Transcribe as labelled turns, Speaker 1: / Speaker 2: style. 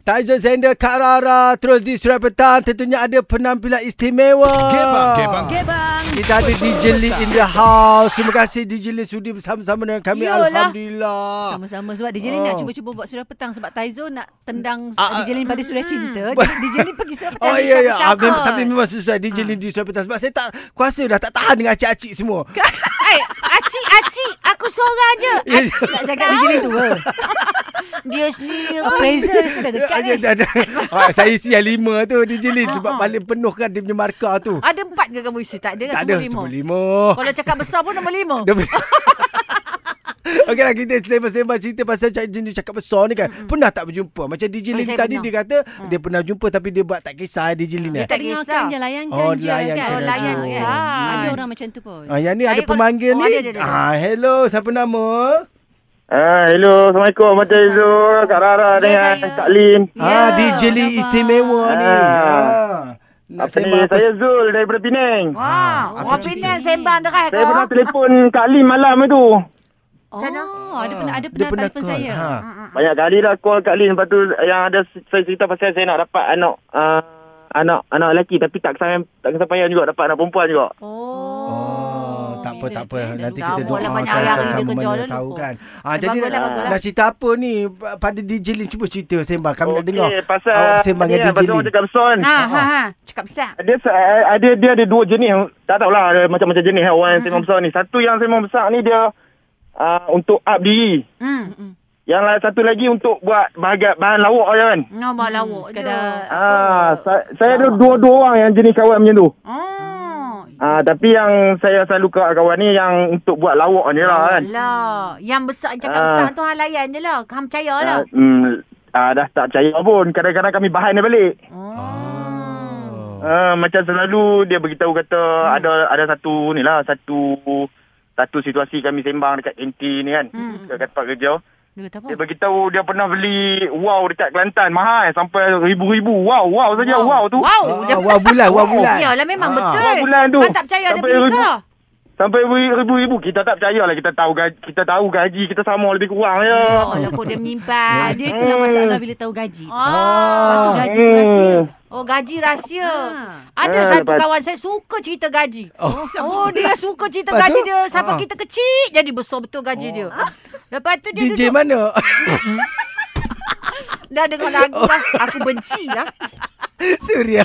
Speaker 1: Tyson Sander Kak Rara Terus di Surat Petang Tentunya ada penampilan istimewa
Speaker 2: Gebang, gebang.
Speaker 3: Okay bang
Speaker 1: Kita ada DJ Lee in the house Terima kasih DJ Lee sudi bersama-sama dengan kami
Speaker 3: Yolah.
Speaker 1: Alhamdulillah
Speaker 3: Sama-sama sebab DJ Lin
Speaker 1: Oh.
Speaker 3: nak cuba-cuba buat surah petang sebab Taizo nak tendang
Speaker 1: Ah, ah.
Speaker 3: DJ Lin pada surah cinta. Jadi DJ Lin pergi surah petang.
Speaker 1: Oh
Speaker 3: dia
Speaker 1: ya ya
Speaker 3: syafa-syafa.
Speaker 1: Ah, mem- Tapi memang susah DJ
Speaker 3: Ah.
Speaker 1: Lee di Surat Petang Sebab saya tak kuasa dah Tak tahan dengan acik-acik semua
Speaker 4: Hai,
Speaker 3: Eh,
Speaker 4: acik, acik. Aku seorang je.
Speaker 1: Ya, ya.
Speaker 3: nak jaga DJ Lin tua. Oh,
Speaker 4: Dia sendiri.
Speaker 3: Appraiser sudah dekat kan?
Speaker 1: Ah,
Speaker 3: ni.
Speaker 1: tak ada. Ah, Saya isi yang lima tu DJ Lee
Speaker 3: Ah,
Speaker 1: Sebab paling penuhkan dia punya markah tu
Speaker 4: Ada empat ke kamu isi? Tak ada kan?
Speaker 3: Ah,
Speaker 1: Tak
Speaker 4: Semua
Speaker 1: ada
Speaker 4: lima.
Speaker 1: Semua lima
Speaker 4: Kalau cakap besar pun nombor lima.
Speaker 1: Dia boleh Okeylah kita sembang-sembang cerita pasal cak jenis cakap besar ni kan. Mm-hmm. Pernah tak berjumpa? Macam DJ
Speaker 4: Oh,
Speaker 1: Lin
Speaker 4: saya
Speaker 1: tadi
Speaker 4: pernah. Mm.
Speaker 1: dia kata mm. dia pernah jumpa tapi dia buat tak kisah DJ Lin eh.
Speaker 4: tak
Speaker 3: Tak dengarkan
Speaker 4: kisah.
Speaker 3: je, layankan
Speaker 1: Oh,
Speaker 3: je
Speaker 1: layankan
Speaker 3: kan.
Speaker 4: Oh, layan
Speaker 1: je.
Speaker 4: kan.
Speaker 3: Ada orang macam tu pun.
Speaker 1: Ah, yang ni ada
Speaker 4: Saya kalau-
Speaker 1: pemanggil
Speaker 4: oh,
Speaker 1: ni.
Speaker 4: ada, ada, ada.
Speaker 1: Ah, hello, siapa nama?
Speaker 5: Ah, hello, Assalamualaikum. Macam hello, Kak Rara
Speaker 4: Ya,
Speaker 5: dengan
Speaker 4: saya.
Speaker 5: Kak Lim.
Speaker 1: Yeah,
Speaker 4: Ya,
Speaker 1: ah, DJ Lin
Speaker 3: khabar?
Speaker 1: istimewa ni.
Speaker 5: Ah.
Speaker 1: Ah. Nak
Speaker 5: Apa ni?
Speaker 1: sembang apa?
Speaker 5: Saya Zul daripada Penang.
Speaker 4: Wah,
Speaker 1: Ah, apa
Speaker 4: orang
Speaker 1: cerita
Speaker 4: Penang
Speaker 3: ni?
Speaker 4: sembang dekat
Speaker 5: Saya pernah
Speaker 4: kau.
Speaker 5: telefon Kak Lim malam tu.
Speaker 1: Ha.
Speaker 3: Oh,
Speaker 4: mana?
Speaker 3: ada pernah ada
Speaker 1: Dia
Speaker 3: pernah
Speaker 1: pernah
Speaker 3: telefon
Speaker 1: call.
Speaker 3: saya.
Speaker 1: Ha.
Speaker 5: Banyak kali dah call Kak Lim. Lepas tu yang ada saya cerita pasal saya nak dapat anak ah, anak anak lelaki tapi tak kesampaian tak kesampaian juga dapat anak perempuan juga.
Speaker 1: Oh, tak apa tak apa nanti kita
Speaker 4: Tahu lah
Speaker 1: doakan
Speaker 4: banyak yang dia
Speaker 1: kamu
Speaker 4: kerja
Speaker 1: mana
Speaker 4: dulu.
Speaker 1: tahu kan.
Speaker 4: Eh,
Speaker 1: Ah jadi
Speaker 4: baguslah,
Speaker 1: nak-
Speaker 4: baguslah.
Speaker 1: nak cerita apa ni pada DJ Lin cuba cerita sembang kami Oh, nak
Speaker 5: Okey,
Speaker 1: dengar.
Speaker 5: pasal
Speaker 1: awak sembang
Speaker 5: ni,
Speaker 1: dengan DJ
Speaker 5: pasal orang
Speaker 1: Lin.
Speaker 5: cakap son.
Speaker 4: Ha, ha, ha. Cakap besar.
Speaker 5: Dia se- ada dia ada dua jenis. Tak tahulah ada macam-macam jenis eh, orang yang sembang besar ni. Satu yang sembang besar ni dia ah, untuk up diri.
Speaker 4: Hmm.
Speaker 5: Yang la- satu lagi untuk buat bahagian bahan lawak je kan.
Speaker 4: Nombor
Speaker 1: Hmm,
Speaker 4: lawak je.
Speaker 3: Sekadar
Speaker 5: Ah, sa- saya ada
Speaker 3: lawak.
Speaker 5: dua-dua orang yang jenis kawan macam tu.
Speaker 4: Oh.
Speaker 5: Ah, tapi yang saya selalu kat kawan ni yang untuk buat lawak je lah kan.
Speaker 4: Lah, yang besar cakap
Speaker 5: Ah.
Speaker 4: besar tu hang layan je lah. Hang percaya lah.
Speaker 5: Ah, hmm, ah, dah tak percaya pun. Kadang-kadang kami bahan dia balik.
Speaker 4: Oh.
Speaker 5: Ah, macam selalu dia beritahu kata ada ada satu ni lah, satu satu situasi kami sembang dekat kantin ni kan.
Speaker 4: Hmm.
Speaker 5: Dekat tempat kerja.
Speaker 4: Dia kata apa?
Speaker 5: Dia beritahu dia pernah beli wow dekat Kelantan mahal sampai ribu-ribu. Wow, wow saja wow, tu.
Speaker 4: Wow, dia
Speaker 1: Ah, wah bulan, wah bulan.
Speaker 4: Yalah Oh, lah,
Speaker 1: Ah.
Speaker 4: memang betul.
Speaker 5: Wah bulan tu.
Speaker 4: Hang tak percaya dia
Speaker 5: Sampai
Speaker 4: beli
Speaker 5: ribu-
Speaker 4: ke?
Speaker 5: Sampai ribu-ribu kita tak percaya lah kita tahu gaji, kita tahu gaji kita sama lebih kurang je.
Speaker 4: Ya Allah, kau dia menyimpan.
Speaker 3: Ah, dia itulah masalah bila tahu gaji.
Speaker 4: Ah.
Speaker 3: Sebab tu gaji tu rahsia.
Speaker 4: Oh gaji rahsia.
Speaker 3: Ha.
Speaker 4: Ada
Speaker 5: Ah,
Speaker 4: satu
Speaker 5: lepas-
Speaker 4: kawan saya suka cerita gaji.
Speaker 1: Oh,
Speaker 4: Oh, oh dia suka cerita
Speaker 1: Lepas
Speaker 4: gaji
Speaker 1: tu?
Speaker 4: dia. Sampai
Speaker 1: Ah. Oh.
Speaker 4: kita kecil jadi besar betul gaji dia. Lepas tu dia
Speaker 1: DJ
Speaker 4: duduk
Speaker 1: mana?
Speaker 4: dah dengar lagu
Speaker 1: Oh.
Speaker 4: lah. Aku benci lah.
Speaker 1: Suria.